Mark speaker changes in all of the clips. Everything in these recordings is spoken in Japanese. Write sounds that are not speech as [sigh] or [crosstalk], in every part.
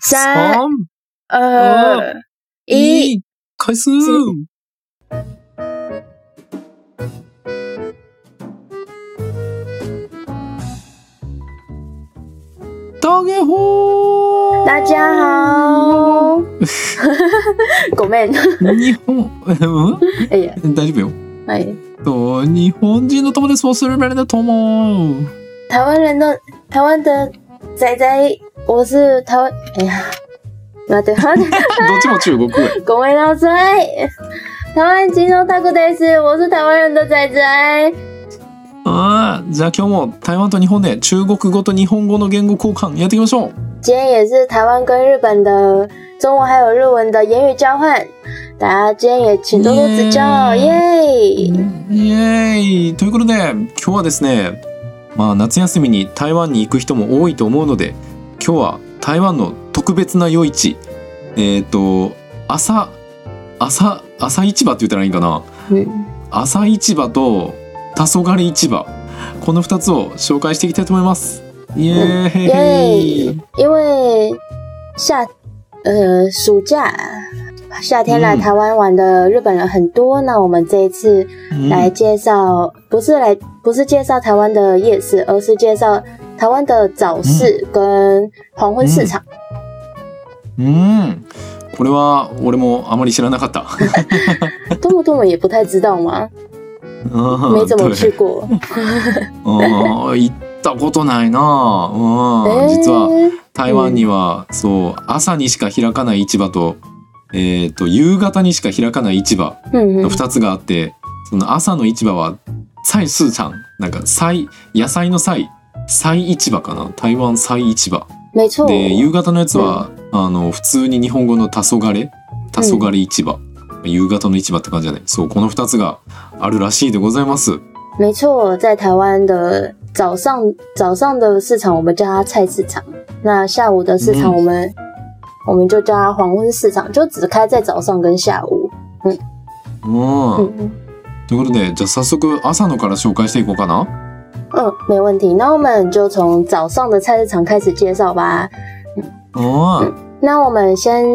Speaker 1: 三、二、一。
Speaker 2: 一、開始
Speaker 1: 是
Speaker 2: 大家好
Speaker 1: 大家 [laughs] 好，ごめん。
Speaker 2: 日本、う
Speaker 1: いや、
Speaker 2: ん大丈夫よ。
Speaker 1: はい。
Speaker 2: と日本人の友達をするべきだと思う。
Speaker 1: 台湾人の台湾的仔仔，我是台湾。哎呀，待って待って、
Speaker 2: どっちも中国語や。
Speaker 1: ごめんなさい。台湾人のタコです。我是台湾人的仔仔。
Speaker 2: [laughs] あーじゃあ今日も台湾と日本で中国語と日本語の言語交換やっていきましょう。
Speaker 1: 今天也是台湾跟日本的中文还有日文的言语交换，大家今天也请多多指教，哦
Speaker 2: 耶
Speaker 1: 耶！
Speaker 2: イエーイということで今日はですね、まあ、夏休みに台湾に行く人も多いと思うので今日は台湾の特別な夜市えっ、と朝朝朝市場って言ったらいいんかな
Speaker 1: 嗯，
Speaker 2: 朝市場と黄昏市場この2つを紹介していきたいと思います。イエーイ
Speaker 1: 耶、因为夏呃暑假夏天来
Speaker 2: 嗯
Speaker 1: 台湾玩的日本人很多，那我们这一次
Speaker 2: うん
Speaker 1: 来介绍，不是来不是介绍台湾的夜市，而是介绍台湾的早市跟黄昏市场。
Speaker 2: うんこれは俺もあまり知らなかった。
Speaker 1: 多么多么也不太知道吗？没
Speaker 2: 没
Speaker 1: 怎么去过。
Speaker 2: うん行ったことないな、うん
Speaker 1: 诶
Speaker 2: 実は台湾には、そう朝にしか開かない市場と,、えー、と夕方にしか開かない市場
Speaker 1: 嗯
Speaker 2: の2つがあって、その朝の市場は菜市場なんか菜野菜の菜菜市場かな台湾菜市場
Speaker 1: 没错。
Speaker 2: で夕方のやつは、あの普通に日本語の黄昏黄昏市場、夕方の市場って感じじゃないそうこの2つがあるらしいでございます。
Speaker 1: 没错，在台湾的早上早上的市场，我们叫它菜市场；那下午的市场，
Speaker 2: 嗯
Speaker 1: 我们、我们就叫它黄昏市场，就只开在早上跟下午。
Speaker 2: うん
Speaker 1: 嗯
Speaker 2: ということでじゃあ早速朝のから紹介していこうかな
Speaker 1: 嗯，没问题。那我们就从早上的菜市场开始介绍吧。
Speaker 2: うん
Speaker 1: 那我们先，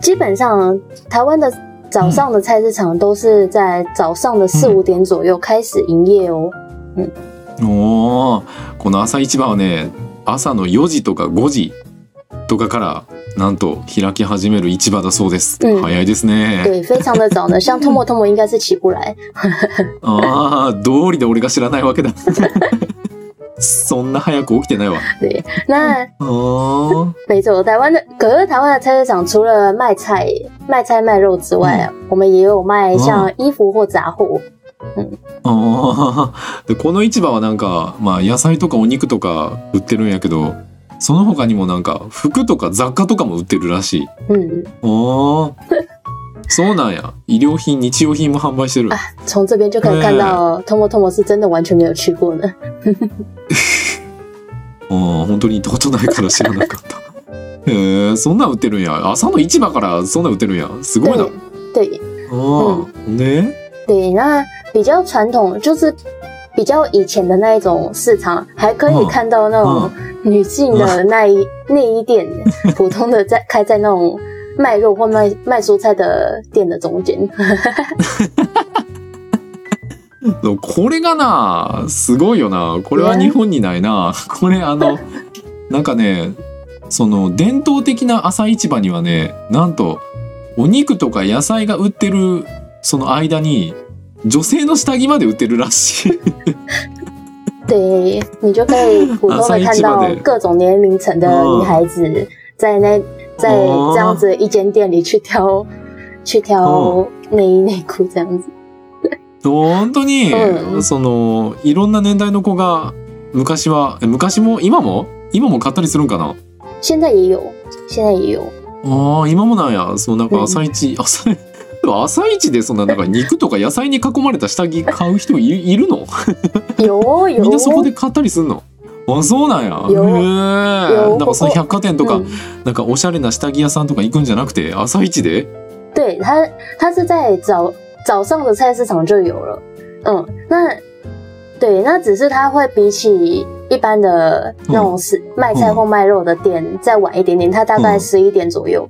Speaker 1: 基本上台湾的早上的菜市场都是在早上的四
Speaker 2: 嗯
Speaker 1: 五点左右开始营业哦。
Speaker 2: おーこの朝市場はね朝の4時とか5時とかからなんと開き始める市場だそうです、
Speaker 1: うん
Speaker 2: 早いですね
Speaker 1: 对，非常的早呢，像 t o m o t o m o 应该是起不来。
Speaker 2: ああ道理で俺が知らないわけだ [laughs] そんな早く起きてないわ
Speaker 1: 对，那。
Speaker 2: あー
Speaker 1: 没错，台湾的可是台湾的菜市场除了卖菜、卖菜卖肉之外，啊我们也有卖像衣服或杂货。
Speaker 2: あーでこの市場はなんか、まあ、野菜とかお肉とか売ってるんやけどその他にもなんか服とか雑貨とかも売ってるらしい
Speaker 1: 嗯，
Speaker 2: おーそうなんや医療品日用品も販売してる
Speaker 1: 啊从这边就可以看到 Tomo Tomo 是真的完全没有去过呢。
Speaker 2: うん本当に行ったことないから知らなかったへえそんなん売ってるんや朝の市場からそんなん売ってるんやすごいな
Speaker 1: 对对
Speaker 2: うんね
Speaker 1: 对，那比较传统就是比较以前的那一种市场，还可以
Speaker 2: 嗯
Speaker 1: 看到那种女性的内衣内衣店，普通的在开在那种卖肉或卖卖蔬菜的店的中间。
Speaker 2: でもこれがなすごいよなこれは日本にないなこれあのなんかねその伝統的な朝市場にはねなんとお肉とか野菜が売ってるその間に女性の下着まで売ってるらしい
Speaker 1: 对你就可以普通的看到各种年龄层的女孩子在那在这样子一间店里去挑去挑
Speaker 2: 哦
Speaker 1: 内衣内裤这样子。
Speaker 2: 本当に、
Speaker 1: うん
Speaker 2: そのいろんな年代の子が昔はえ昔も今も今も買ったりするんかな
Speaker 1: 现在也有，现在也有。
Speaker 2: ああ今もなんやそうなん
Speaker 1: う
Speaker 2: か
Speaker 1: ん
Speaker 2: 朝一、朝 [laughs] でも朝一でそんななんか肉とか野菜に囲まれた下着買う人いいるの
Speaker 1: 有哦有
Speaker 2: みん
Speaker 1: 哦
Speaker 2: なそこで買ったりするのあそうなんや
Speaker 1: よ
Speaker 2: へえな
Speaker 1: よ
Speaker 2: んかその百貨店とか、
Speaker 1: 嗯
Speaker 2: なんかおしゃれな下着屋さんとか行くんじゃなくて朝一で
Speaker 1: 对它它是在早早上的菜市场就有了。嗯，那对，那只是它会比起一般的那种是卖菜或卖肉的店、再晚一点点，它大概
Speaker 2: うん
Speaker 1: 十一点左右。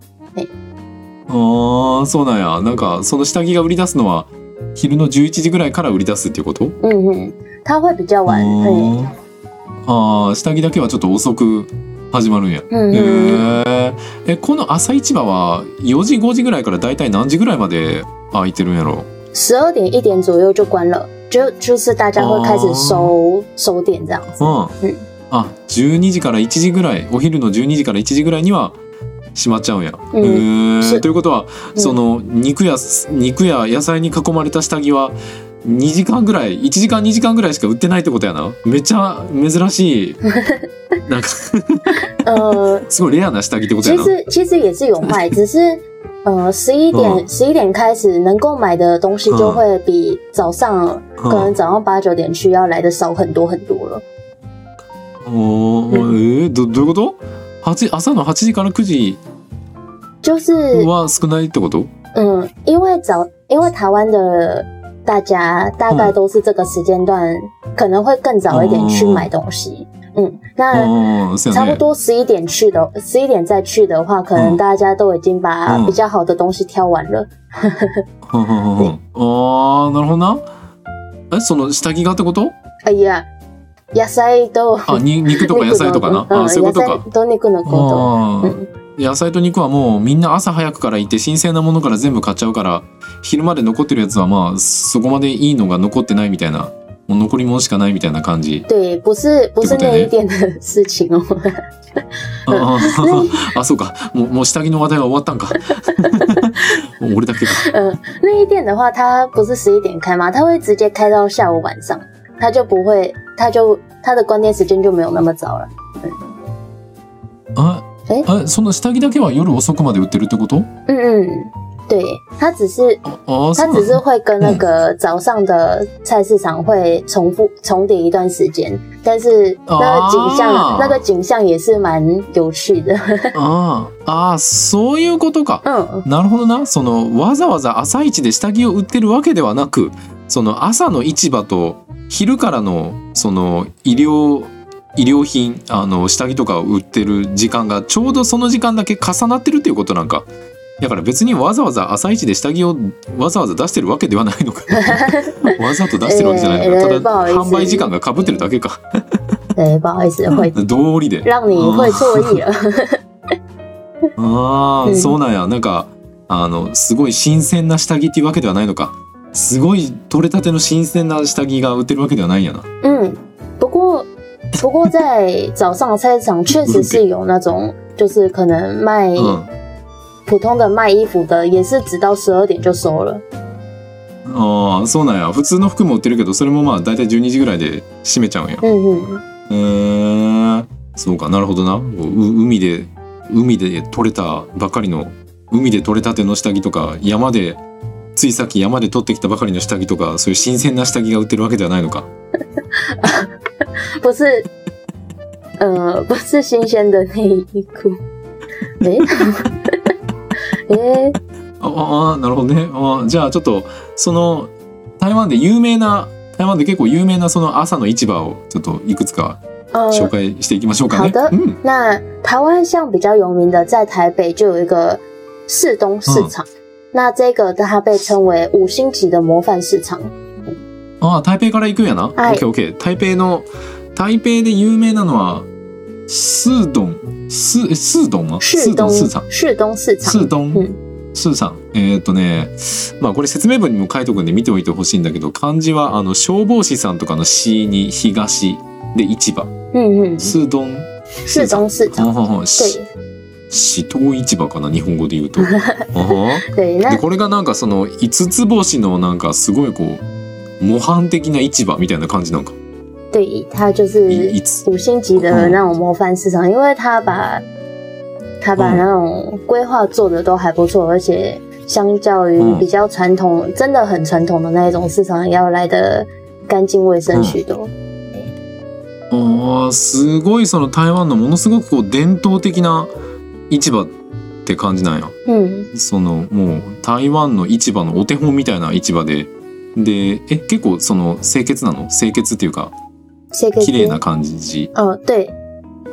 Speaker 2: ああそうなんやなんかその下着が売り出すのは昼の11時ぐらいから売り出すっていうこと
Speaker 1: 嗯嗯，它会比较晚。对，
Speaker 2: ああー下着だけはちょっと遅く始まるんや。
Speaker 1: 嗯
Speaker 2: へ
Speaker 1: 嗯，
Speaker 2: ーえこの朝市場は4時5時ぐらいからだいたい何時ぐらいまで開いてるんやろ
Speaker 1: 十二点一点左右就关了，就就是大家会开始收收店这样
Speaker 2: [laughs]
Speaker 1: 子。
Speaker 2: うん、
Speaker 1: うん
Speaker 2: あ12時から1時ぐらいお昼の12時から1時ぐらいには閉まっちゃうんや。
Speaker 1: うん
Speaker 2: へ
Speaker 1: そ
Speaker 2: ーということは、
Speaker 1: うん
Speaker 2: その肉や肉や野菜に囲まれた下着は2時間ぐらい1時間2時間ぐらいしか売ってないってことやなめっちゃ珍し
Speaker 1: [laughs]
Speaker 2: いなんか
Speaker 1: 呃，
Speaker 2: すごいレアな下着ってことや
Speaker 1: 其 [laughs]
Speaker 2: な。
Speaker 1: 实其实也是有卖，只是呃十一点
Speaker 2: 嗯
Speaker 1: 十一点开始能够买的东西就会比早上
Speaker 2: うん
Speaker 1: 可能早上八九点去要来的少很多很多了。
Speaker 2: おーえーどどういうこと八朝の8時から9時
Speaker 1: 就是
Speaker 2: は少ないってこと
Speaker 1: 嗯，因为早因为台湾的大家大概都是这个时间段，可能会更早一点去买东西。嗯，那
Speaker 2: ああそうや
Speaker 1: 差不
Speaker 2: ね。
Speaker 1: 多十一点去的，十一点再去的话，可能
Speaker 2: 嗯
Speaker 1: 大家都已经把
Speaker 2: 嗯
Speaker 1: 比较好的东西挑完了。
Speaker 2: はんはんはんはんあーなるほどな。えその下着がってこと
Speaker 1: 哎呀，野菜都
Speaker 2: あに肉とか野菜とかな。
Speaker 1: 嗯
Speaker 2: あそういうこと
Speaker 1: 野
Speaker 2: か
Speaker 1: 菜。都肉のこと。
Speaker 2: あ
Speaker 1: うん
Speaker 2: ー野菜と肉はもうみんな朝早くから行って新鮮なものから全部買っちゃうから昼まで残ってるやつはまあそこまでいいのが残ってないみたいなもう残り物しかないみたいな感じ。
Speaker 1: 对，不是不
Speaker 2: 对不
Speaker 1: 是
Speaker 2: 对
Speaker 1: 那一点的事
Speaker 2: [laughs]
Speaker 1: 情哦。
Speaker 2: あ
Speaker 1: [laughs]
Speaker 2: ー [laughs] あそうかもうもう下着の話題は終わ [laughs] ったんか。もう俺だけか。
Speaker 1: 嗯，那一店的话，它不是十一点开吗？它会直接开到下午晚上，它就不会，它就它的关店时间就没有那么早了。
Speaker 2: あ
Speaker 1: え
Speaker 2: あその下着だけは夜遅くまで売ってるってこと
Speaker 1: 嗯嗯，对，它只是
Speaker 2: ああーそうな
Speaker 1: 它只
Speaker 2: ん
Speaker 1: 是
Speaker 2: だ
Speaker 1: 会跟那个早上的菜市场会重复重叠一段时间，但是那个景象、
Speaker 2: 啊
Speaker 1: 那个景象也是蛮有趣的。
Speaker 2: あーあーそういうことか。
Speaker 1: 嗯
Speaker 2: なるほどなそのわざわざ朝一で下着を売ってるわけではなくその朝の市場と昼からのその医療医療品あの下着とかを売ってる時間がちょうどその時間だけ重なってるっていうことなんかだから別にわざわざ朝一で下着をわざわざ出してるわけではないの
Speaker 1: [laughs]
Speaker 2: かわざと出してるわけじゃないの
Speaker 1: え
Speaker 2: か
Speaker 1: ー
Speaker 2: ただ
Speaker 1: 不好意思
Speaker 2: 販売時間がかぶってるだけか
Speaker 1: [laughs] 对，不好意思，
Speaker 2: [laughs]
Speaker 1: 会
Speaker 2: 道理で
Speaker 1: 让你会错意了。
Speaker 2: ああ、
Speaker 1: うん
Speaker 2: そうなんやなんかあのすごい新鮮な下着っていうわけではないのかすごい取れたての新鮮な下着が売ってるわけではないんやな
Speaker 1: [laughs] 嗯，不过不过在早上菜市场确实是有那种，就是可能卖
Speaker 2: うん
Speaker 1: 普通的卖衣服的，也是直到十二点就收了。
Speaker 2: ああそうなんや普通の服も売ってるけどそれもまあ大体12時ぐらいで閉めちゃうんやへ
Speaker 1: 嗯嗯，
Speaker 2: えそうかなるほどなう海で海で取れたばかりの海で取れたての下着とか山でついさっき山で取ってきたばかりの下着とかそういう新鮮な下着が売ってるわけではないのか
Speaker 1: 不是，呃，不是新鲜的内衣 [laughs] 裤。诶、 [laughs] 诶、
Speaker 2: ああなるほどねあーじゃあちょっとその台湾で有名な台湾で結構有名なその朝の市場をちょっといくつか紹
Speaker 1: 呃，
Speaker 2: 介していきましょうかね。
Speaker 1: 好的
Speaker 2: うん、
Speaker 1: 那台湾像比较有名的，在台北就有一个市东市场，那这个它被称为五星级的模范市场。
Speaker 2: ああ台北から行くんやな。オ
Speaker 1: はい
Speaker 2: ッケーオッケー。台北の台北で有名なのはスードンスーえスードンはス
Speaker 1: 市
Speaker 2: ード
Speaker 1: 东
Speaker 2: ンスーさん
Speaker 1: 市东市
Speaker 2: ス
Speaker 1: 场
Speaker 2: ー。ドン、
Speaker 1: うん
Speaker 2: スーさんえーっとねまあこれ説明文にも書いとくんで見ておいてほしいんだけど漢字はあの消防士さんとかの「市」に「東」で市場
Speaker 1: 嗯嗯，
Speaker 2: スードン
Speaker 1: 市中市
Speaker 2: はん
Speaker 1: 场。嗯
Speaker 2: はんはんし
Speaker 1: 对
Speaker 2: 市東市場かな日本語で言うと。あは
Speaker 1: 对，
Speaker 2: で
Speaker 1: 那
Speaker 2: これがなんかその五つ星のなんかすごいこう模範的な市場みたいな感じなんか。
Speaker 1: 对它就
Speaker 2: い
Speaker 1: 是
Speaker 2: いつ
Speaker 1: 五星级
Speaker 2: 嗯
Speaker 1: 的那种模范市场，因为它把它把
Speaker 2: 嗯
Speaker 1: 那种规划做的都还不错，而且相较于
Speaker 2: 嗯
Speaker 1: 比较传统、真的很传统的那一种市场，要来的干净卫生许多。
Speaker 2: あーすごいその台湾のものすごくこう伝統的な市場って感じなんや。
Speaker 1: 嗯
Speaker 2: そのもう台湾の市場のお手本みたいな市場ででえ結構その清潔なの清潔っていうか
Speaker 1: 这个
Speaker 2: 綺麗な感じ
Speaker 1: 呃，对，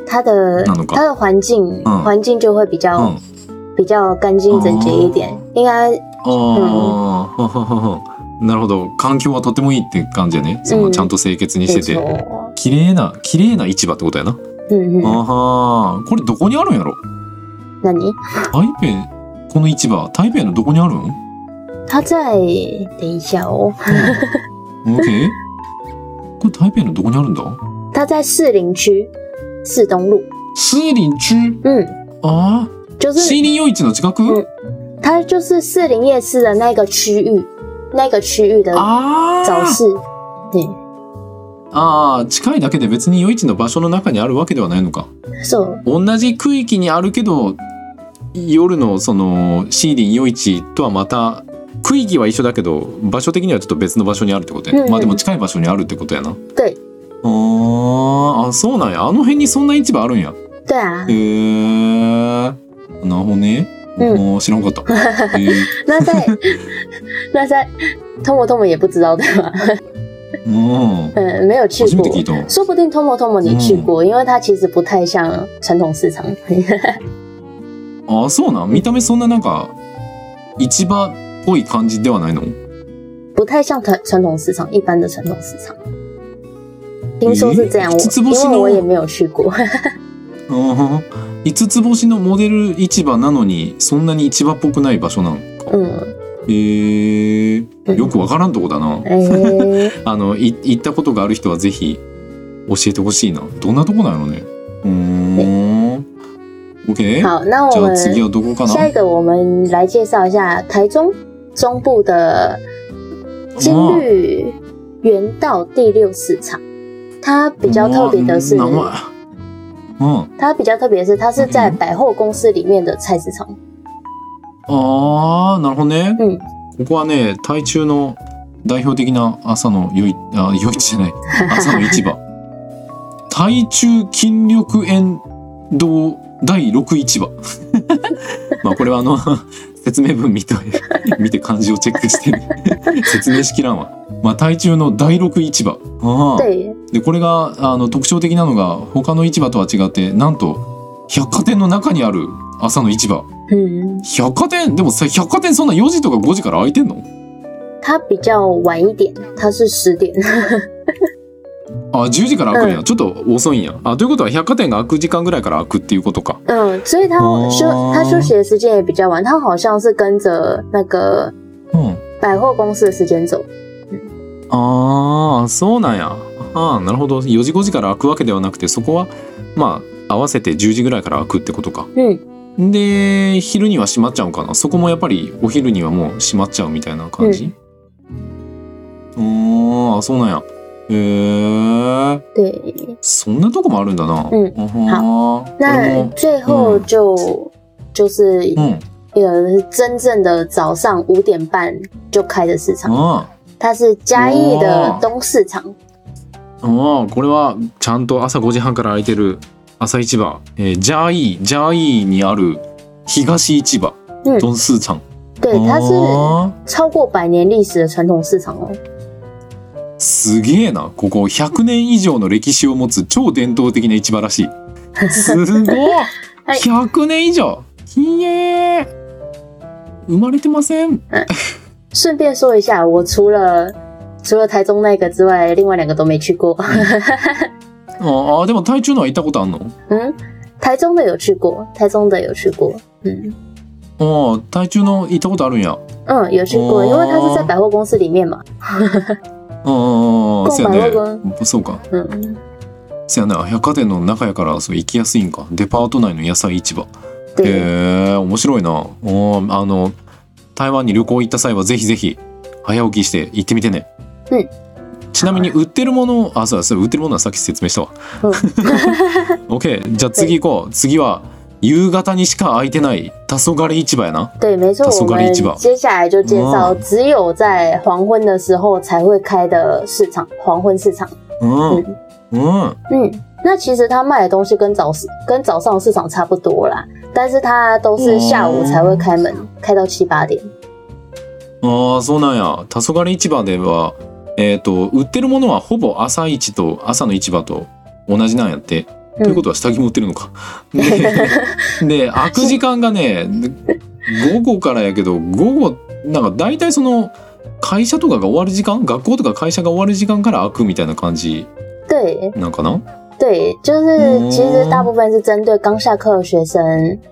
Speaker 1: 它的
Speaker 2: 那种感
Speaker 1: 它的环境、
Speaker 2: 嗯
Speaker 1: 环境就会比较、
Speaker 2: うん
Speaker 1: 比较干净整洁一点，
Speaker 2: 哦
Speaker 1: 应该
Speaker 2: ああ、ははははなるほど環境はとてもいいって感じやねそうの
Speaker 1: ん
Speaker 2: ちゃんと清潔にし
Speaker 1: 没
Speaker 2: てて、
Speaker 1: 错。
Speaker 2: 綺麗な綺麗な市場ってことやな、
Speaker 1: 嗯嗯，
Speaker 2: あはーこれどこにあるんやろ
Speaker 1: 那你
Speaker 2: 台北この市場台北のどこにあるん
Speaker 1: 他在等一下哦，
Speaker 2: うん OK これ台北のどこにあるんだ
Speaker 1: 他在士林区四东路，
Speaker 2: 士林区
Speaker 1: 嗯，
Speaker 2: ああ
Speaker 1: 就是
Speaker 2: 森林夜市の近く、
Speaker 1: うん它就是士林夜市的那个区域，那个区域的
Speaker 2: 哦あ
Speaker 1: 早
Speaker 2: あ
Speaker 1: 市，对，
Speaker 2: ああ近いだけで別に夜市の場所の中にあるわけではないのか
Speaker 1: そう
Speaker 2: 同じ区域にあるけど夜のそのシーリン夜市とはまた区域は一緒だけど場所的にはちょっと別の場所にあるってことや、
Speaker 1: うんうん
Speaker 2: まあでも近い場所にあるってことやな
Speaker 1: 对
Speaker 2: あーあそうなんやあの辺にそんな市場あるんや
Speaker 1: 对啊
Speaker 2: へ。えなるほどね
Speaker 1: うん
Speaker 2: もう知らんか
Speaker 1: [laughs]
Speaker 2: った、へー
Speaker 1: 那在 [laughs] 那在通摩通摩也不知道对吗？
Speaker 2: うん
Speaker 1: 嗯， [laughs] 没有去
Speaker 2: 初め
Speaker 1: 过
Speaker 2: て。聞いたわ
Speaker 1: 说不定 Tomo Tomo 你去过，因为它其实不太像传统市场。 [laughs]
Speaker 2: あそうなん見た目そんななんか市場っぽい感じではないの
Speaker 1: 不太像传传统市场一般的传统市场。听说是这样，
Speaker 2: 咦这这
Speaker 1: 我
Speaker 2: 不是
Speaker 1: 因
Speaker 2: 那种
Speaker 1: 为我也没有去过。 [laughs]
Speaker 2: ああ五つ星のモデル市場なのにそんなに市場っぽくない場所なのか
Speaker 1: 嗯，
Speaker 2: へえよくわからんとこだな
Speaker 1: 哎、
Speaker 2: あのい行ったことがある人はぜひ教えてほしいなどんなとこなのねうーん OK
Speaker 1: 好，那
Speaker 2: じ
Speaker 1: 我
Speaker 2: ゃ
Speaker 1: 们
Speaker 2: あ次はどこかな
Speaker 1: 下一个我们来介绍一下台中中部的金绿园道第六市场。它比较特别的是
Speaker 2: う，わ名前うん
Speaker 1: 它比较特别的是，它是在
Speaker 2: 嗯
Speaker 1: 百货公司里面的菜市场。
Speaker 2: ああなるほどね、
Speaker 1: うん
Speaker 2: ここはね台中の代表的な朝のよいあ夜市じゃ
Speaker 1: [laughs]
Speaker 2: ない朝の市場台中筋力園道第6市
Speaker 1: [laughs]
Speaker 2: 場まあこれはあの説明文見て見て漢字をチェックして説明しきらんわ、まあ、台中の第6市場ああ
Speaker 1: 对，
Speaker 2: でこれがあの特徴的なのが他の市場とは違ってなんと百貨店の中にある朝の市場
Speaker 1: 嗯，
Speaker 2: 百貨店でもさ百貨店そんな4時とか5時から開いてんの
Speaker 1: 它比较晚一点，它是十点。
Speaker 2: あ10時から開くんや、
Speaker 1: う
Speaker 2: ちょっと遅いんやあということは百貨店が開く時間ぐらいから開くっていうことか
Speaker 1: 嗯，所以它
Speaker 2: 哦
Speaker 1: 休它休息的时间也比较晚，它好像是跟着那个
Speaker 2: うん
Speaker 1: 百货公司的时间走。
Speaker 2: ああそうなんやああなるほど4時5時から開くわけではなくてそこはまあ合わせて10時ぐらいから開くってことか
Speaker 1: 嗯，
Speaker 2: で昼には閉まっちゃうんかなそこもやっぱりお昼にはもう閉まっちゃうみたいな感じ、ああそうなんやへえ
Speaker 1: 对。
Speaker 2: そんなとこもあるんだな。
Speaker 1: うん
Speaker 2: あはーこれ
Speaker 1: 那
Speaker 2: も
Speaker 1: 最后就、就是
Speaker 2: うん。
Speaker 1: 呃，真正的早上五点半就开的市场，
Speaker 2: あ
Speaker 1: 它是嘉义的
Speaker 2: 哦
Speaker 1: 东市场。
Speaker 2: あ、ああこれはちゃんと朝5時半から開いてる朝市場、えージャーイー、ジャーイーにある東市場、
Speaker 1: うん
Speaker 2: ドンスーちゃん。
Speaker 1: 对，它是
Speaker 2: あ
Speaker 1: 超过百年历史的传统市场哦。
Speaker 2: あすげえな。ここ100年以上の歴史を持つ超伝統的な市場ら
Speaker 1: [laughs]
Speaker 2: しい。すごい
Speaker 1: はい
Speaker 2: !100 年以上ひえー生まれてません。
Speaker 1: 顺便说一下，我除了除了台中那个之外，另外两个都没去过。 [laughs]
Speaker 2: あーあー、でも台中のは行ったことあんの
Speaker 1: 嗯，台中的有去过，台中的有去过。嗯
Speaker 2: ああ、台中の行ったことあるんや。
Speaker 1: 嗯，有去过，
Speaker 2: 哦
Speaker 1: 因为它是在百货公司里面嘛。
Speaker 2: ああ、
Speaker 1: 购
Speaker 2: そう
Speaker 1: 买
Speaker 2: や
Speaker 1: 会館
Speaker 2: ね。そうか。
Speaker 1: 嗯，
Speaker 2: そうやね。百貨店の中やからそう行きやすいんか。デパート内の野菜市場。へ
Speaker 1: 对，
Speaker 2: え、面白いな。おーあの、台湾に旅行行った際はぜひぜひ早起きして行ってみてね。
Speaker 1: うん
Speaker 2: ちなみに売ってるもの、あ、そうだ、そうだ売ってるものはさっき説明した [laughs] わ。
Speaker 1: うん
Speaker 2: OK、じゃあ次行こう。次は夕方にしか開いてない黄昏市場やな。
Speaker 1: 对，没错
Speaker 2: 它。是
Speaker 1: 我
Speaker 2: 管
Speaker 1: 们
Speaker 2: 理机吧
Speaker 1: 接下来就介绍
Speaker 2: 哦
Speaker 1: 只有在黄昏的时候才会开的市场——黄昏市场。
Speaker 2: うん。うん。
Speaker 1: 嗯，那其实他卖的东西跟早市跟早上市场差不多啦，但是它都是下午才会开门，开到七八点。
Speaker 2: ああそうなんや黄昏市場ではえっ、と売ってるものはほぼ朝市と朝の市場と同じなんやって。
Speaker 1: うん
Speaker 2: ということは下着も売ってるの
Speaker 1: [laughs]
Speaker 2: か。でで開く時間がね午後からやけど午後なんか大体その会社とかが終わる時間学校とか会社が終わる時間から開くみたいな感じ
Speaker 1: 对
Speaker 2: なんかな
Speaker 1: 对，就是
Speaker 2: 哦
Speaker 1: 其实大部分是针对刚下课的学生，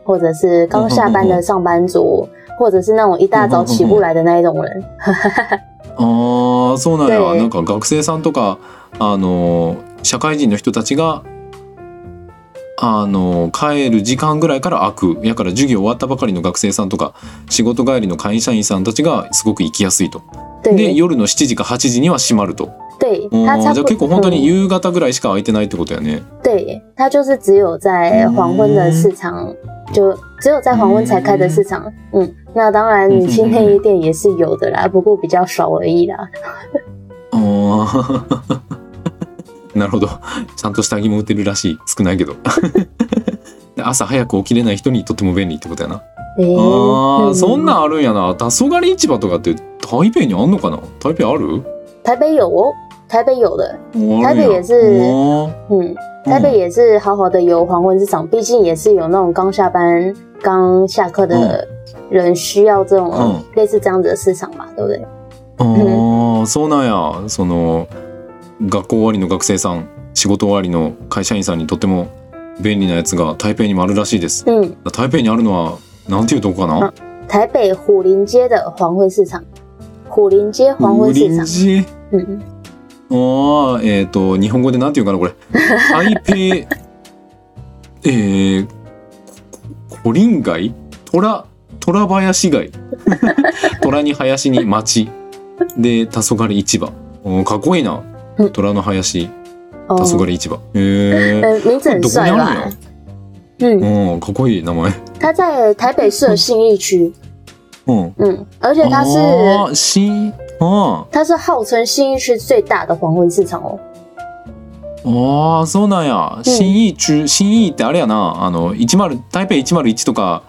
Speaker 1: 或者是刚下班的上班族，或者是那种一大早起不来的那一种人。
Speaker 2: あーそうなんや
Speaker 1: で
Speaker 2: なんか学生さんとかあの社会人の人たちがあの帰る時間ぐらいから開くやから授業終わったばかりの学生さんとか仕事帰りの会社員さんたちがすごく行きやすいとで
Speaker 1: 对
Speaker 2: 夜の7時か8時には閉まると
Speaker 1: 对
Speaker 2: うん、じ
Speaker 1: 他
Speaker 2: ゃ
Speaker 1: 差
Speaker 2: あ
Speaker 1: 不
Speaker 2: 結構本当に
Speaker 1: 嗯
Speaker 2: 夕方ぐらいしか開いてないってことやね
Speaker 1: 对，他就是只有在黄昏的市场，就只有在黄昏才开的市场。嗯，那当然女性内衣店也是有的啦，不过比较少而已啦。
Speaker 2: あー [laughs] なるほどちゃんと下着も売ってるらしい少ないけど [laughs] で朝早く起きれない人にとっても便利ってことやな
Speaker 1: 诶、
Speaker 2: あー
Speaker 1: 嗯
Speaker 2: そんなんあるんやな黄昏市場とかって台北にあんのかな台北ある
Speaker 1: 台北有哦，台北有的，
Speaker 2: 台
Speaker 1: 台北也是嗯，台北
Speaker 2: 也
Speaker 1: 也是好好的有黄昏市场，毕竟也是有那种刚下班、刚下课的人需要这种
Speaker 2: 嗯
Speaker 1: 类似这样子的市场嘛，对不对？
Speaker 2: あーそうなんやその学校終わりの学生さん仕事終わりの会社員さんにとっても便利なやつが台北にもあるらしいです
Speaker 1: 嗯，
Speaker 2: 台北にあるのはなんていうとこかな
Speaker 1: 台北虎林街的黄昏市场，虎林街黄昏市
Speaker 2: 臨
Speaker 1: 场，
Speaker 2: 時
Speaker 1: 嗯，
Speaker 2: あーえっ、と日本語でなんていうかなこれ台北えー、こコリン街虎虎林街虎に林に町で黄昏市場おーかっこいいな
Speaker 1: うん
Speaker 2: 虎の林
Speaker 1: 哦
Speaker 2: 黄昏市場へえ
Speaker 1: 呃，名字很
Speaker 2: どこに
Speaker 1: 帅
Speaker 2: ある
Speaker 1: 吧？
Speaker 2: の
Speaker 1: 嗯，
Speaker 2: よ、うん、かっこいい名前
Speaker 1: 它在台北市的信义区，
Speaker 2: うん
Speaker 1: 嗯，而且它是
Speaker 2: あーしあ
Speaker 1: 它是号称信义区最大的黄昏市场哦。
Speaker 2: ああそうなんや新意中新意ってあれやなあの10台北101とか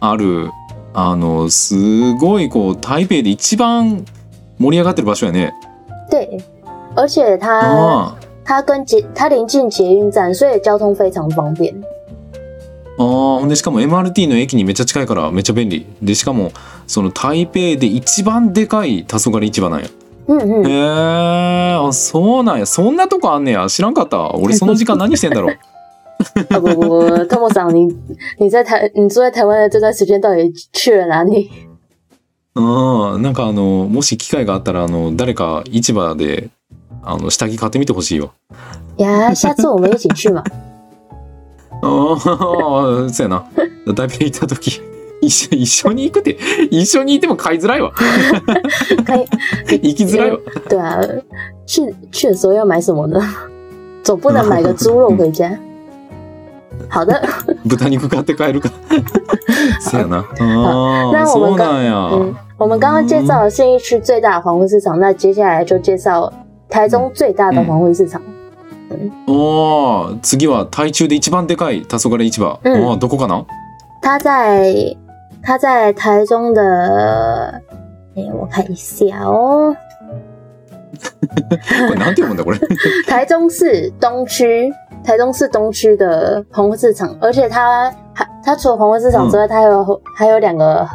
Speaker 2: あるあのすごいこう台北で一番盛り上がってる場所やね
Speaker 1: 对，而且它
Speaker 2: あー
Speaker 1: 它跟捷它临近捷运站，所以交通非常方便。
Speaker 2: あーほんでしかも MRT の駅にめっちゃ近いからめっちゃ便利でしかもその台北で一番でかい黄昏市場なんや
Speaker 1: 嗯
Speaker 2: [laughs]
Speaker 1: 嗯。
Speaker 2: へえあそうなんやそんなとこあんねや知らんかった俺その時間何してんだろう
Speaker 1: 啊不不不不，特莫桑，你你在台你住在台湾的这段时间到底去了哪里？
Speaker 2: うんなんかあのもし機会があったらあの誰か市場であの下着買ってみてほしいよ
Speaker 1: 呀，下次我们一起去嘛。
Speaker 2: ああ、 [laughs] そうやな。台北行った時、 [laughs] 一緒一緒に行くって、一緒にいても買いづらい [laughs] わ。
Speaker 1: 可以。
Speaker 2: 行きづらいわ。
Speaker 1: 对啊，去去的时候要买什么呢？总不能买个猪肉回家。好的，
Speaker 2: 豚肉買って帰るか。 [laughs] そうやな。ああ、
Speaker 1: 那我
Speaker 2: そう
Speaker 1: 们刚
Speaker 2: なん
Speaker 1: 嗯
Speaker 2: や。，
Speaker 1: 我们刚刚介绍了信义区最大的黄昏市场，那接下来就介绍台中最大的黄昏市场。
Speaker 2: おー次は台中で一番でかい黄昏市場。
Speaker 1: うん
Speaker 2: おーどこかな
Speaker 1: 它在它在台中的，哎、我看一下哦，
Speaker 2: これなんて読むんだ、これ。
Speaker 1: 台中市东区，台中市东区的黄昏市场，而且它还它除了黄昏市场之外，它还有还有两个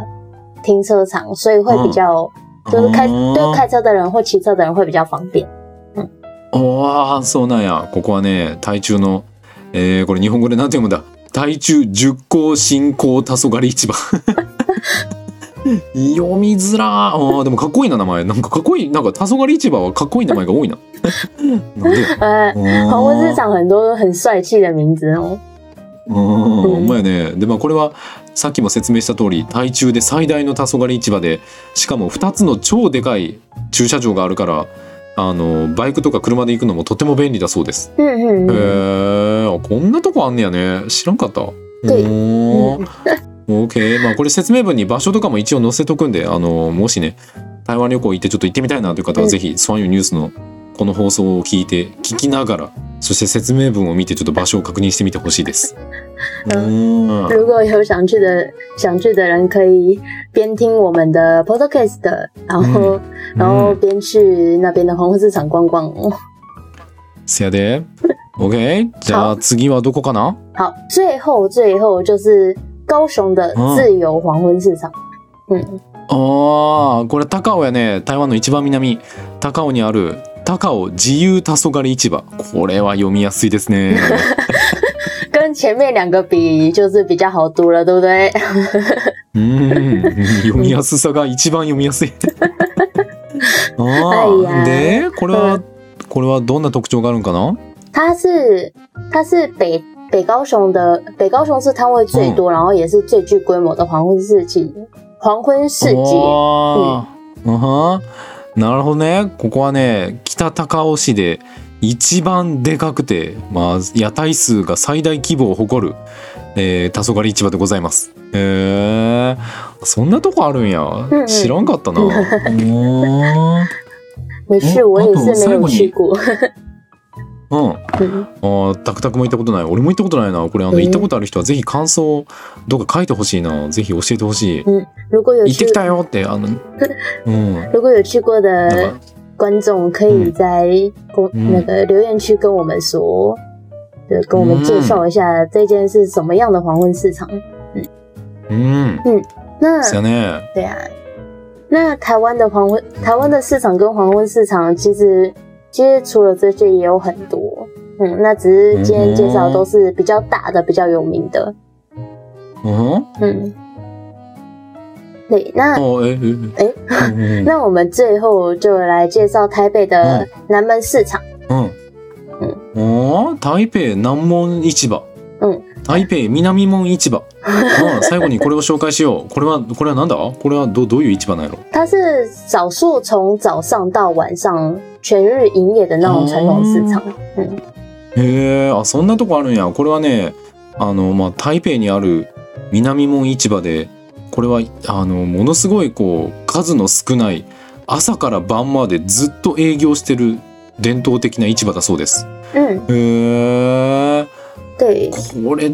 Speaker 1: 停车场，所以会比较、就是开对开车的人或骑车的人会比较方便。
Speaker 2: おーそうなんや。ここはね、台中の、えーこれ日本語でなんて読むんだ。台中十高新興黄昏市場。 [laughs] 読みづらー。あーでもかっこいいな、名前。なんかかっこいい。なんか黄昏市場はかっこいい名前が多いな。 [laughs] なんでや
Speaker 1: 呃，黄昏市
Speaker 2: あー
Speaker 1: 场很多很帅气的名字哦。
Speaker 2: うんほんまやね。で、まあこれはさっきも説明した通り、台中で最大の黄昏市場で、しかも2つの超でかい駐車場があるから、あの、バイクとか車で行くのもとても便利だそうです。
Speaker 1: 嗯嗯
Speaker 2: へ
Speaker 1: 嗯，
Speaker 2: えあこんなとこあんねやね知らんかったお
Speaker 1: で
Speaker 2: [laughs] ー OK まあこれ説明文に場所とかも一応載せとくんであのもしね台湾旅行行ってちょっと行ってみたいなという方は
Speaker 1: うん
Speaker 2: ぜひスワンユーニュースのこの放送を聞いて聞きながらそして説明文を見てちょっと場所を確認してみてほしいです。
Speaker 1: う
Speaker 2: [laughs] うん
Speaker 1: 如果有想去的想去的人，可以边听我们的 podcast，然后、然后边去那边的黄昏市场逛 [laughs] 逛。
Speaker 2: せやで。OK? じゃあ次はどこかな
Speaker 1: 好，最后最后就是高雄的自由黄昏市场。嗯，
Speaker 2: ああ、これ高尾やね。台湾の一番南。高尾にある高尾自由黄昏市場。これは読みやすいです
Speaker 1: [laughs]
Speaker 2: ね。
Speaker 1: 跟前面两个比，就是比较好读了，对不对？ [laughs]
Speaker 2: うん。読みやすさが一番読みやすい。あ
Speaker 1: [laughs] はい
Speaker 2: あ。
Speaker 1: や
Speaker 2: で、これ
Speaker 1: う
Speaker 2: は、これはどんな特徴があるんかな
Speaker 1: 它是它是北北高雄的北高雄市摊位最多，然后也是最具规模的黄昏市集。黄昏市集，
Speaker 2: おーうんはんなるほどねここはね北高尾市で一番でかくて、まあ、屋台数が最大規模を誇る、えー、黄昏市場でございますへえそんなとこあるんや、
Speaker 1: んうん
Speaker 2: 知らんか
Speaker 1: [laughs]
Speaker 2: ったなおー
Speaker 1: 没事，
Speaker 2: 哦
Speaker 1: 嗯我也
Speaker 2: 那
Speaker 1: 是没
Speaker 2: 最
Speaker 1: 有
Speaker 2: 后你
Speaker 1: 去过。 [laughs]
Speaker 2: うん
Speaker 1: 嗯
Speaker 2: あータクタクも行ったことない俺も行ったことないなこれあの、
Speaker 1: えー
Speaker 2: 行ったことある人はぜひ感想をどうか書いてほしいなぜひ教えてほしい
Speaker 1: 如果有
Speaker 2: 行って
Speaker 1: 去
Speaker 2: きたよってあの
Speaker 1: [laughs]
Speaker 2: うん
Speaker 1: 如果有去过
Speaker 2: なん
Speaker 1: 的
Speaker 2: か
Speaker 1: 观众，可以在公、
Speaker 2: 嗯
Speaker 1: 那个留言区跟我们说，就跟我们介绍一下这间是什么样的黄昏市场。
Speaker 2: うん
Speaker 1: 那
Speaker 2: そうやね
Speaker 1: 对啊，那台湾的黄昏，台湾的市场跟黄昏市场其实其实除了这些也有很多，嗯，那只是今天介绍都是比较大的、比较有名的，
Speaker 2: うん
Speaker 1: 嗯，对，那
Speaker 2: あえええうん
Speaker 1: 那我们最后就来介绍台北的南门市场。
Speaker 2: うんうんおー台北南門市場
Speaker 1: うん
Speaker 2: 台北南門市場うん最後にこれを紹介しようこれはこれはなんだこれはどどういう市場なんやろ
Speaker 1: 它是少数从早上到晚上全日营业的那种传统市场。
Speaker 2: へえあそんなとこあるんやこれはねあのまあ台北にある南門市場でこれはあのものすごいこう数の少ない朝から晩までずっと営業してる伝統的な市場だそうです
Speaker 1: 嗯，
Speaker 2: へえ
Speaker 1: 对，
Speaker 2: これ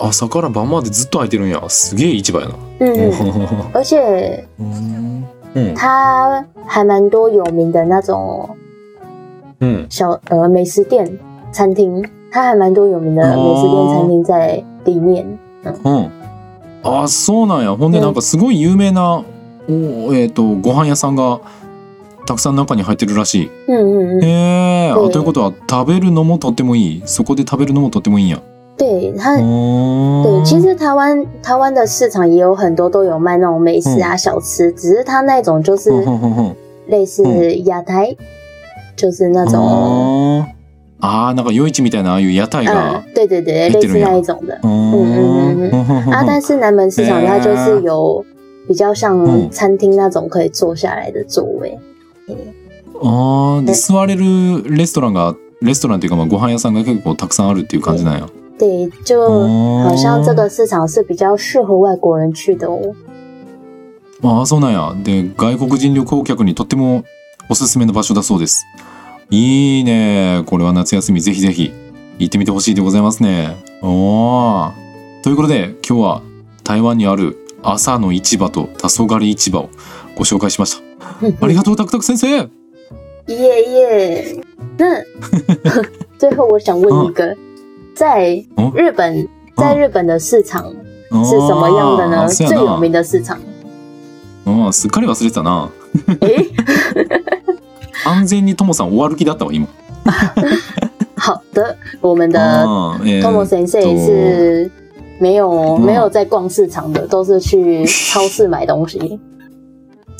Speaker 2: 朝から晩までずっと空いてるんやすげえ市場やな
Speaker 1: 嗯，而且
Speaker 2: うんうん
Speaker 1: 它还蛮多有名的那种
Speaker 2: うん
Speaker 1: 小呃美食店、餐厅，它还蛮多有名的美食店、餐厅在里面。
Speaker 2: うんあそうなんやほんで
Speaker 1: うん
Speaker 2: なんかすごい有名な、おえー、とご飯屋さんがたくさん中に入ってるらし
Speaker 1: 嗯嗯
Speaker 2: いへえ
Speaker 1: 嗯，
Speaker 2: あ
Speaker 1: うん
Speaker 2: ということは食べるのもとってもいいそこで食べるのもとってもいいんや
Speaker 1: 嗯对它。
Speaker 2: うん
Speaker 1: 对，其实台湾台湾的市场也有很多都有卖那种美食啊、小吃，只是它那种就是
Speaker 2: うんうんうんうん
Speaker 1: 类似亚台，就是那
Speaker 2: 哦
Speaker 1: 种
Speaker 2: あーなんか夜市みたいなああいう屋台
Speaker 1: 嗯
Speaker 2: が、
Speaker 1: 对对对，
Speaker 2: 你
Speaker 1: 类
Speaker 2: 这
Speaker 1: 似
Speaker 2: 个样
Speaker 1: 那一种
Speaker 2: [laughs]
Speaker 1: 的
Speaker 2: うん
Speaker 1: うんうんう
Speaker 2: うんう
Speaker 1: ん
Speaker 2: んうん
Speaker 1: 啊。但是南门市场它就是有比较
Speaker 2: 啊嗯
Speaker 1: 像餐厅那种可以坐下来的座位，
Speaker 2: ああ、で
Speaker 1: ね
Speaker 2: 座れるレストランがレストランというかまあご飯屋さんが結構たくさんあるっていう感じなんや。
Speaker 1: 对，就好
Speaker 2: 好
Speaker 1: 像这个市场是比较适合外国人去的哦。
Speaker 2: ああそうなんや。で外国人旅行客にとってもおすすめの場所だそうです。いいね。これは夏休みぜひぜひ行ってみてほしいでございますね。おーということで今日は台湾にある朝の市場と黄昏市場をご紹介しました。 [laughs] ありがとうタクタク先生。
Speaker 1: 耶耶，
Speaker 2: [laughs]
Speaker 1: 那最后我想问一个，在
Speaker 2: 嗯
Speaker 1: 日本在日本的市场
Speaker 2: あー
Speaker 1: 是什么样的呢？
Speaker 2: そう
Speaker 1: 最
Speaker 2: や
Speaker 1: 有
Speaker 2: な
Speaker 1: 名的市场？
Speaker 2: うんすっかり忘れてたな。
Speaker 1: [laughs] 诶，
Speaker 2: 安全にともさんお歩きだったわ今。
Speaker 1: 好的，我们的
Speaker 2: あーえー
Speaker 1: Tomo Sensei
Speaker 2: と
Speaker 1: 是没有、
Speaker 2: 嗯
Speaker 1: 没有在逛市场的，都是去超市买东西。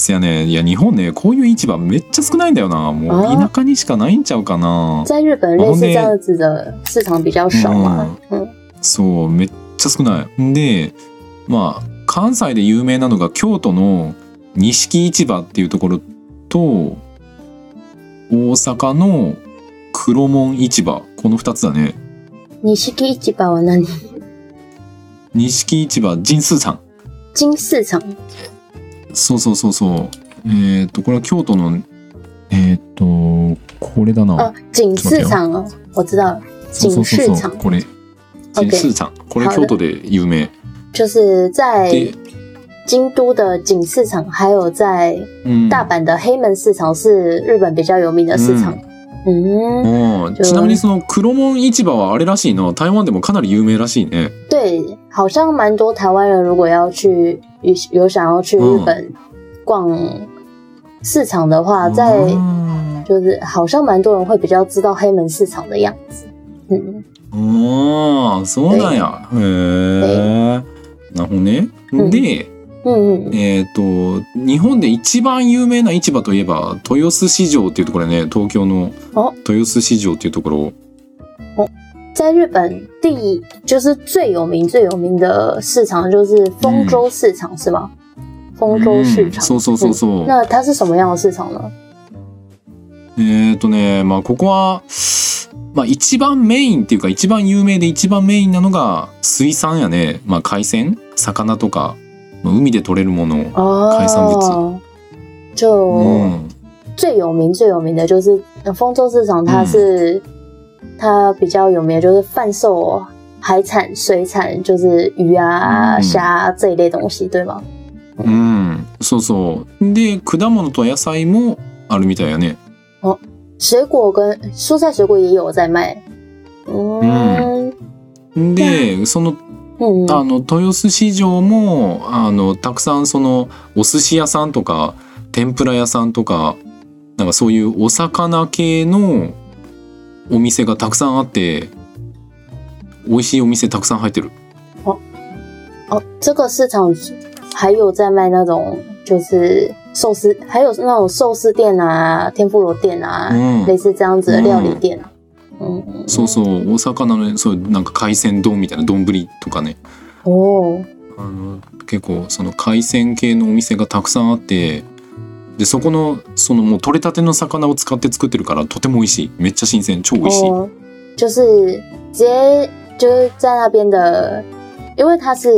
Speaker 2: せやねいや日本ねこういう市場めっちゃ少ないんだよなも
Speaker 1: あ
Speaker 2: う
Speaker 1: ー
Speaker 2: 田舎にしかないんちゃうかな
Speaker 1: 在日本，类似这样子的市场比较少嘛。嗯
Speaker 2: そうめっちゃ少ないんでまあ関西で有名なのが京都の錦市場っていうところと大阪の黒門市場この2つだね
Speaker 1: 你是第一把我那里
Speaker 2: 錦市場神数さん
Speaker 1: 金市场，
Speaker 2: そうそうそうそう。えっ、と、これは京都の、えっ、と、これだな
Speaker 1: 哦。，锦市场哦，我知道了，
Speaker 2: そうそうそう
Speaker 1: 錦市
Speaker 2: そう。
Speaker 1: 場
Speaker 2: これ。錦市場。これ
Speaker 1: 好的
Speaker 2: 京都で有名。
Speaker 1: 就是在
Speaker 2: で、
Speaker 1: 京都的锦市场，还有在
Speaker 2: うん。
Speaker 1: 大阪的黑门市场是日本比较有名的市场。嗯，
Speaker 2: うん
Speaker 1: 就
Speaker 2: ちなみにその黒門市場はあれらしいな。台湾でもかなり有名らしいね。
Speaker 1: 对，好像蛮多台湾人如果要去有有想要去日本逛市场的话，
Speaker 2: 嗯
Speaker 1: 在
Speaker 2: あ
Speaker 1: 就是好像蛮多人会比较知道黑门市场的样子。嗯，
Speaker 2: ーあー、そうなんや。へえ。なるほどね。
Speaker 1: うん
Speaker 2: で、
Speaker 1: 嗯嗯，
Speaker 2: えっ、と、日本で一番有名な市場といえば、豊洲市場っていうところね、東京の
Speaker 1: お
Speaker 2: 豊洲市場っていうところ。
Speaker 1: 在日本第一就是最有名最有名的市场就是丰州市场、是吗？丰州市
Speaker 2: うん
Speaker 1: 场，
Speaker 2: そうそうそうそう。
Speaker 1: 那它是什么样的市场呢？
Speaker 2: えっ、とね、まあここは、まあ一番メインっていうか一番有名で一番メインなのが水産やね。まあ海鮮魚とか、まあ海で取れるもの。开山不嗯
Speaker 1: 哦，就。
Speaker 2: うん。
Speaker 1: 最有名最有名的就是呃丰州市场，它
Speaker 2: 嗯
Speaker 1: 是、它比较有名的就是贩售海产、水产，就是鱼啊、
Speaker 2: 嗯
Speaker 1: 虾啊这一类东西，对吗？
Speaker 2: うん。そうそう。で、果物と野菜もあるみたいやね。
Speaker 1: 水果跟蔬菜水果也有在卖。嗯
Speaker 2: で、その
Speaker 1: 嗯
Speaker 2: あの豊洲市場もあのたくさんそのお寿司屋さんとか天ぷら屋さんとかなんかそういうお魚系のお店がたくさんあって美味しいお店たくさん入ってる。
Speaker 1: 哦，这个市场还有在卖那种就是寿司，还有那种寿司店啊、天妇罗店啊，
Speaker 2: 嗯
Speaker 1: 类似这样子的料理
Speaker 2: 嗯
Speaker 1: 店啊。嗯，嗯
Speaker 2: そうそうお魚のそうなんか海鮮丼みたいな丼とかね
Speaker 1: 哦，
Speaker 2: あの結構その海鮮系のお店がたくさんあってでそこのそのもう取れたての魚を使って作ってるからとても美味しいめっちゃ新鮮超美味しい。
Speaker 1: 哦，就是直接就是在那边的，因为它是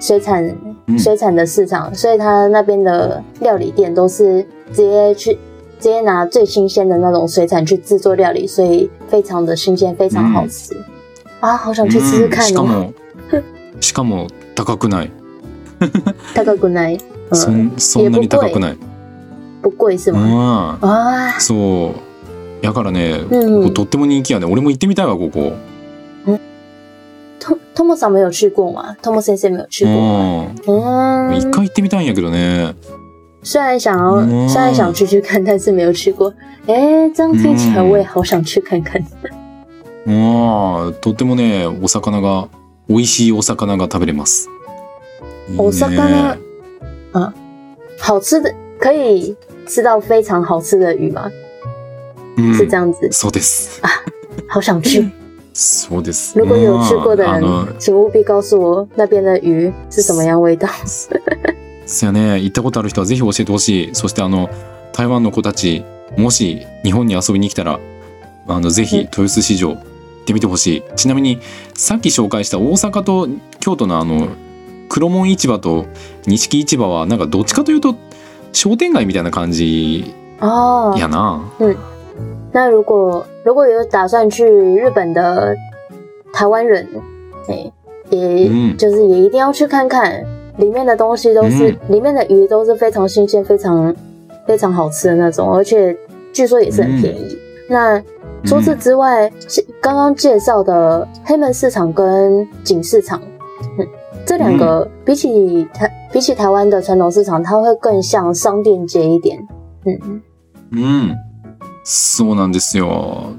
Speaker 1: 水产
Speaker 2: 嗯
Speaker 1: 水产的市场，所以它那边的料理店都是直接去直接拿最新鲜的那种水产去制作料理，所以非常的新鲜，非常好吃。啊，好想去吃吃看
Speaker 2: しか
Speaker 1: 哦！
Speaker 2: もしかも高くない、
Speaker 1: 大概国内，
Speaker 2: そ
Speaker 1: 嗯，
Speaker 2: んそんなに高くない
Speaker 1: 不贵是
Speaker 2: う
Speaker 1: 吗？
Speaker 2: ん
Speaker 1: 啊，嗯
Speaker 2: そうやからね、
Speaker 1: うん
Speaker 2: こことっても人気やね俺も行ってみたいわここ
Speaker 1: 托托莫桑没有去过吗？托莫先生没有去
Speaker 2: う
Speaker 1: 过吗，
Speaker 2: ん
Speaker 1: 嗯，
Speaker 2: 一回行ってみたいんやけどね
Speaker 1: 虽然想要，
Speaker 2: 嗯
Speaker 1: 虽然想去去看，但是没有去过。哎，这样听起来
Speaker 2: 嗯
Speaker 1: 我也好想去看看。
Speaker 2: うんとってもねお魚が美味しいお魚が食べれますいいね
Speaker 1: お魚好吃的可以吃到非常好吃的鱼吗？
Speaker 2: う
Speaker 1: 是这
Speaker 2: ん
Speaker 1: 样子，
Speaker 2: そうです
Speaker 1: 好想去。
Speaker 2: そうです
Speaker 1: 如果有去
Speaker 2: う
Speaker 1: 过
Speaker 2: ん
Speaker 1: 的
Speaker 2: あの
Speaker 1: 人，请务必告诉我那边的鱼是什么样味道。
Speaker 2: ですよね行ったことある人はぜひ教えてほしいそしてあの台湾の子たちもし日本に遊びに来たらあのぜひ
Speaker 1: うん
Speaker 2: 豊洲市場行ってみてほしいちなみにさっき紹介した大阪と京都のあの黒門市場と錦市場はなんかどっちかというと商店街みたいな感じ
Speaker 1: 哦，
Speaker 2: やな
Speaker 1: 那如果如果有打算去日本的台湾人，哎，也、
Speaker 2: 嗯
Speaker 1: 就是也一定要去看看，里面的东西都是、里面的鱼都是非常新鲜、非常非常好吃的那种，而且据说也是很便宜。那除此之外，是刚刚介绍的黑门市场跟锦市场，嗯，这两个比起台比起台湾的传统市场，它会更像商店街一点。嗯
Speaker 2: うんそうなんですよ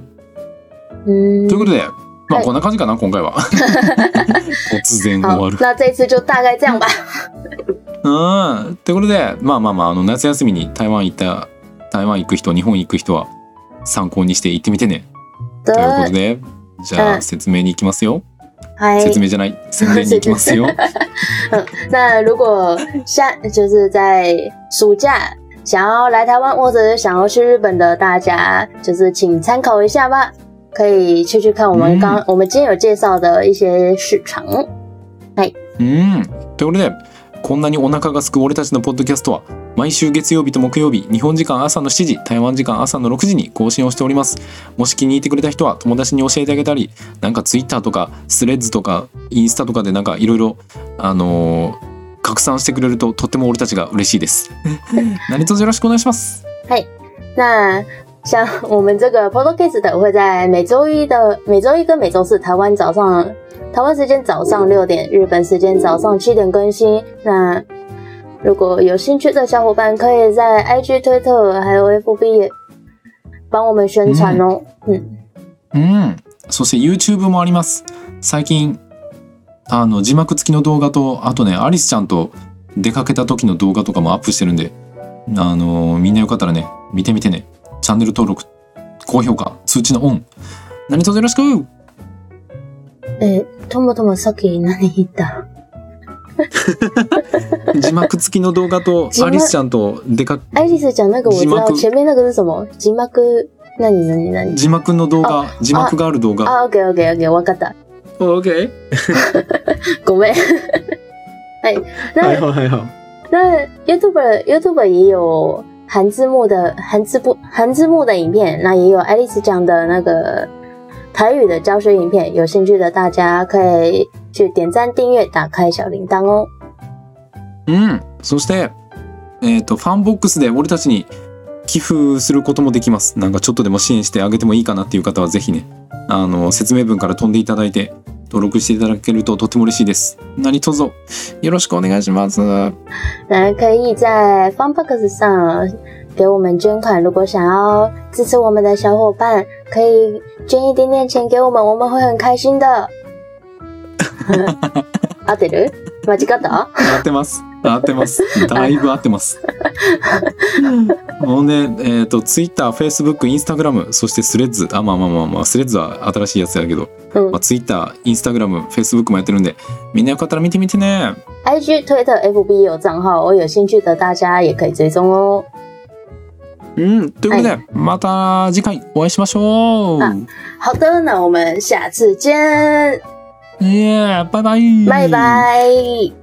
Speaker 1: 嗯
Speaker 2: という。ことでまあ
Speaker 1: はい
Speaker 2: こんな感じかな今
Speaker 1: [laughs]
Speaker 2: 回は突然終
Speaker 1: 好
Speaker 2: わる，
Speaker 1: 那这一次就大概这样吧。
Speaker 2: うん。ということで、まあまあまあ、あの、夏休みに台湾行った、台湾行く人、日本行く人は参考にして行ってみてね。
Speaker 1: 得
Speaker 2: ということで、じゃ
Speaker 1: うん
Speaker 2: あ説明に行きますよ。
Speaker 1: 嗨，
Speaker 2: 説明じゃない、宣伝に行きます
Speaker 1: [laughs]
Speaker 2: よ。
Speaker 1: 那如果下 [laughs] 就是在暑假想要来台湾或者是想要去日本的大家，就是请参考一下吧，可以去去看我们刚、我们今天有介绍的一些市场。
Speaker 2: うん。ということで、こんなにお腹がすく俺たちのポッドキャストは毎週月曜日と木曜日日本時間朝の7時台湾時間朝の6時に更新をしておりますもし気に入ってくれた人は友達に教えてあげたりなんかツイッターとかスレッズとかインスタとかでなんかいろいろあのー拡散してくれるととっても俺たちが嬉しいです何卒よろしくお願いします
Speaker 1: 那像我们这个 podcast 的，我会在每周一的每周一跟每周四台湾早上台湾时间早上六点，日本时间早上七点更新。那如果有兴趣的小伙伴，可以在 IG、推特还有 FB 也帮我们宣传哦。嗯，
Speaker 2: うんそして YouTube もあります最近あの字幕付きの動画とあとねアリスちゃんと出かけた時の動画とかもアップしてるんであのみんなよかったらね見てみてねチャンネル登録高評価通知のオン何卒よろしく
Speaker 1: 诶、ともともさっき何言った？
Speaker 2: 字幕付きの動画 [laughs] と
Speaker 1: 字幕
Speaker 2: アリスちゃんと出か
Speaker 1: 爱丽丝讲那个我知
Speaker 2: 字
Speaker 1: 道，
Speaker 2: 幕
Speaker 1: 前面那个是什么？字幕？那你呢？你呢？
Speaker 2: 字幕の動画字幕がある動画
Speaker 1: 啊，OK OK OK，わかった。
Speaker 2: OK
Speaker 1: ごめん。哎，那
Speaker 2: はいはい
Speaker 1: 那 YouTube YouTube 也有韩字幕的韩字部韩字幕的影片，那也有爱丽丝讲的那个台语的教学影片，有兴趣的大家可以去点赞、订阅、打开小铃铛哦。
Speaker 2: うんそしてえっ、とファンボックスで俺たちに寄付することもできますなんかちょっとでも支援してあげてもいいかなっていう方はぜひねあの説明文から飛んでいただいて登録していただけるととっても嬉しいです何卒よろしくお願いします
Speaker 1: 那可以在 Funbox 上给我们捐款，如果想要支持我们的小伙伴，可以捐一点点钱给我们，我们会很开心的。嗯啊合ってる？間違った？
Speaker 2: 合ってます合ってますだいぶ合ってますほんでえっ、と TwitterFacebook Instagram そしてスレッズあまあまあまあまあスレッズは新しいやつやけど、
Speaker 1: 嗯
Speaker 2: まあ、TwitterInstagramFacebook もやってるんでみんなよかったら見てみてね
Speaker 1: IG、推特、FB 也有账号，我有兴趣的大家也可以追踪哦。
Speaker 2: うんということで、
Speaker 1: は
Speaker 2: また次回お会いしましょう
Speaker 1: あ好的，那我们下次见，
Speaker 2: イエーイバイバイ
Speaker 1: 拜拜。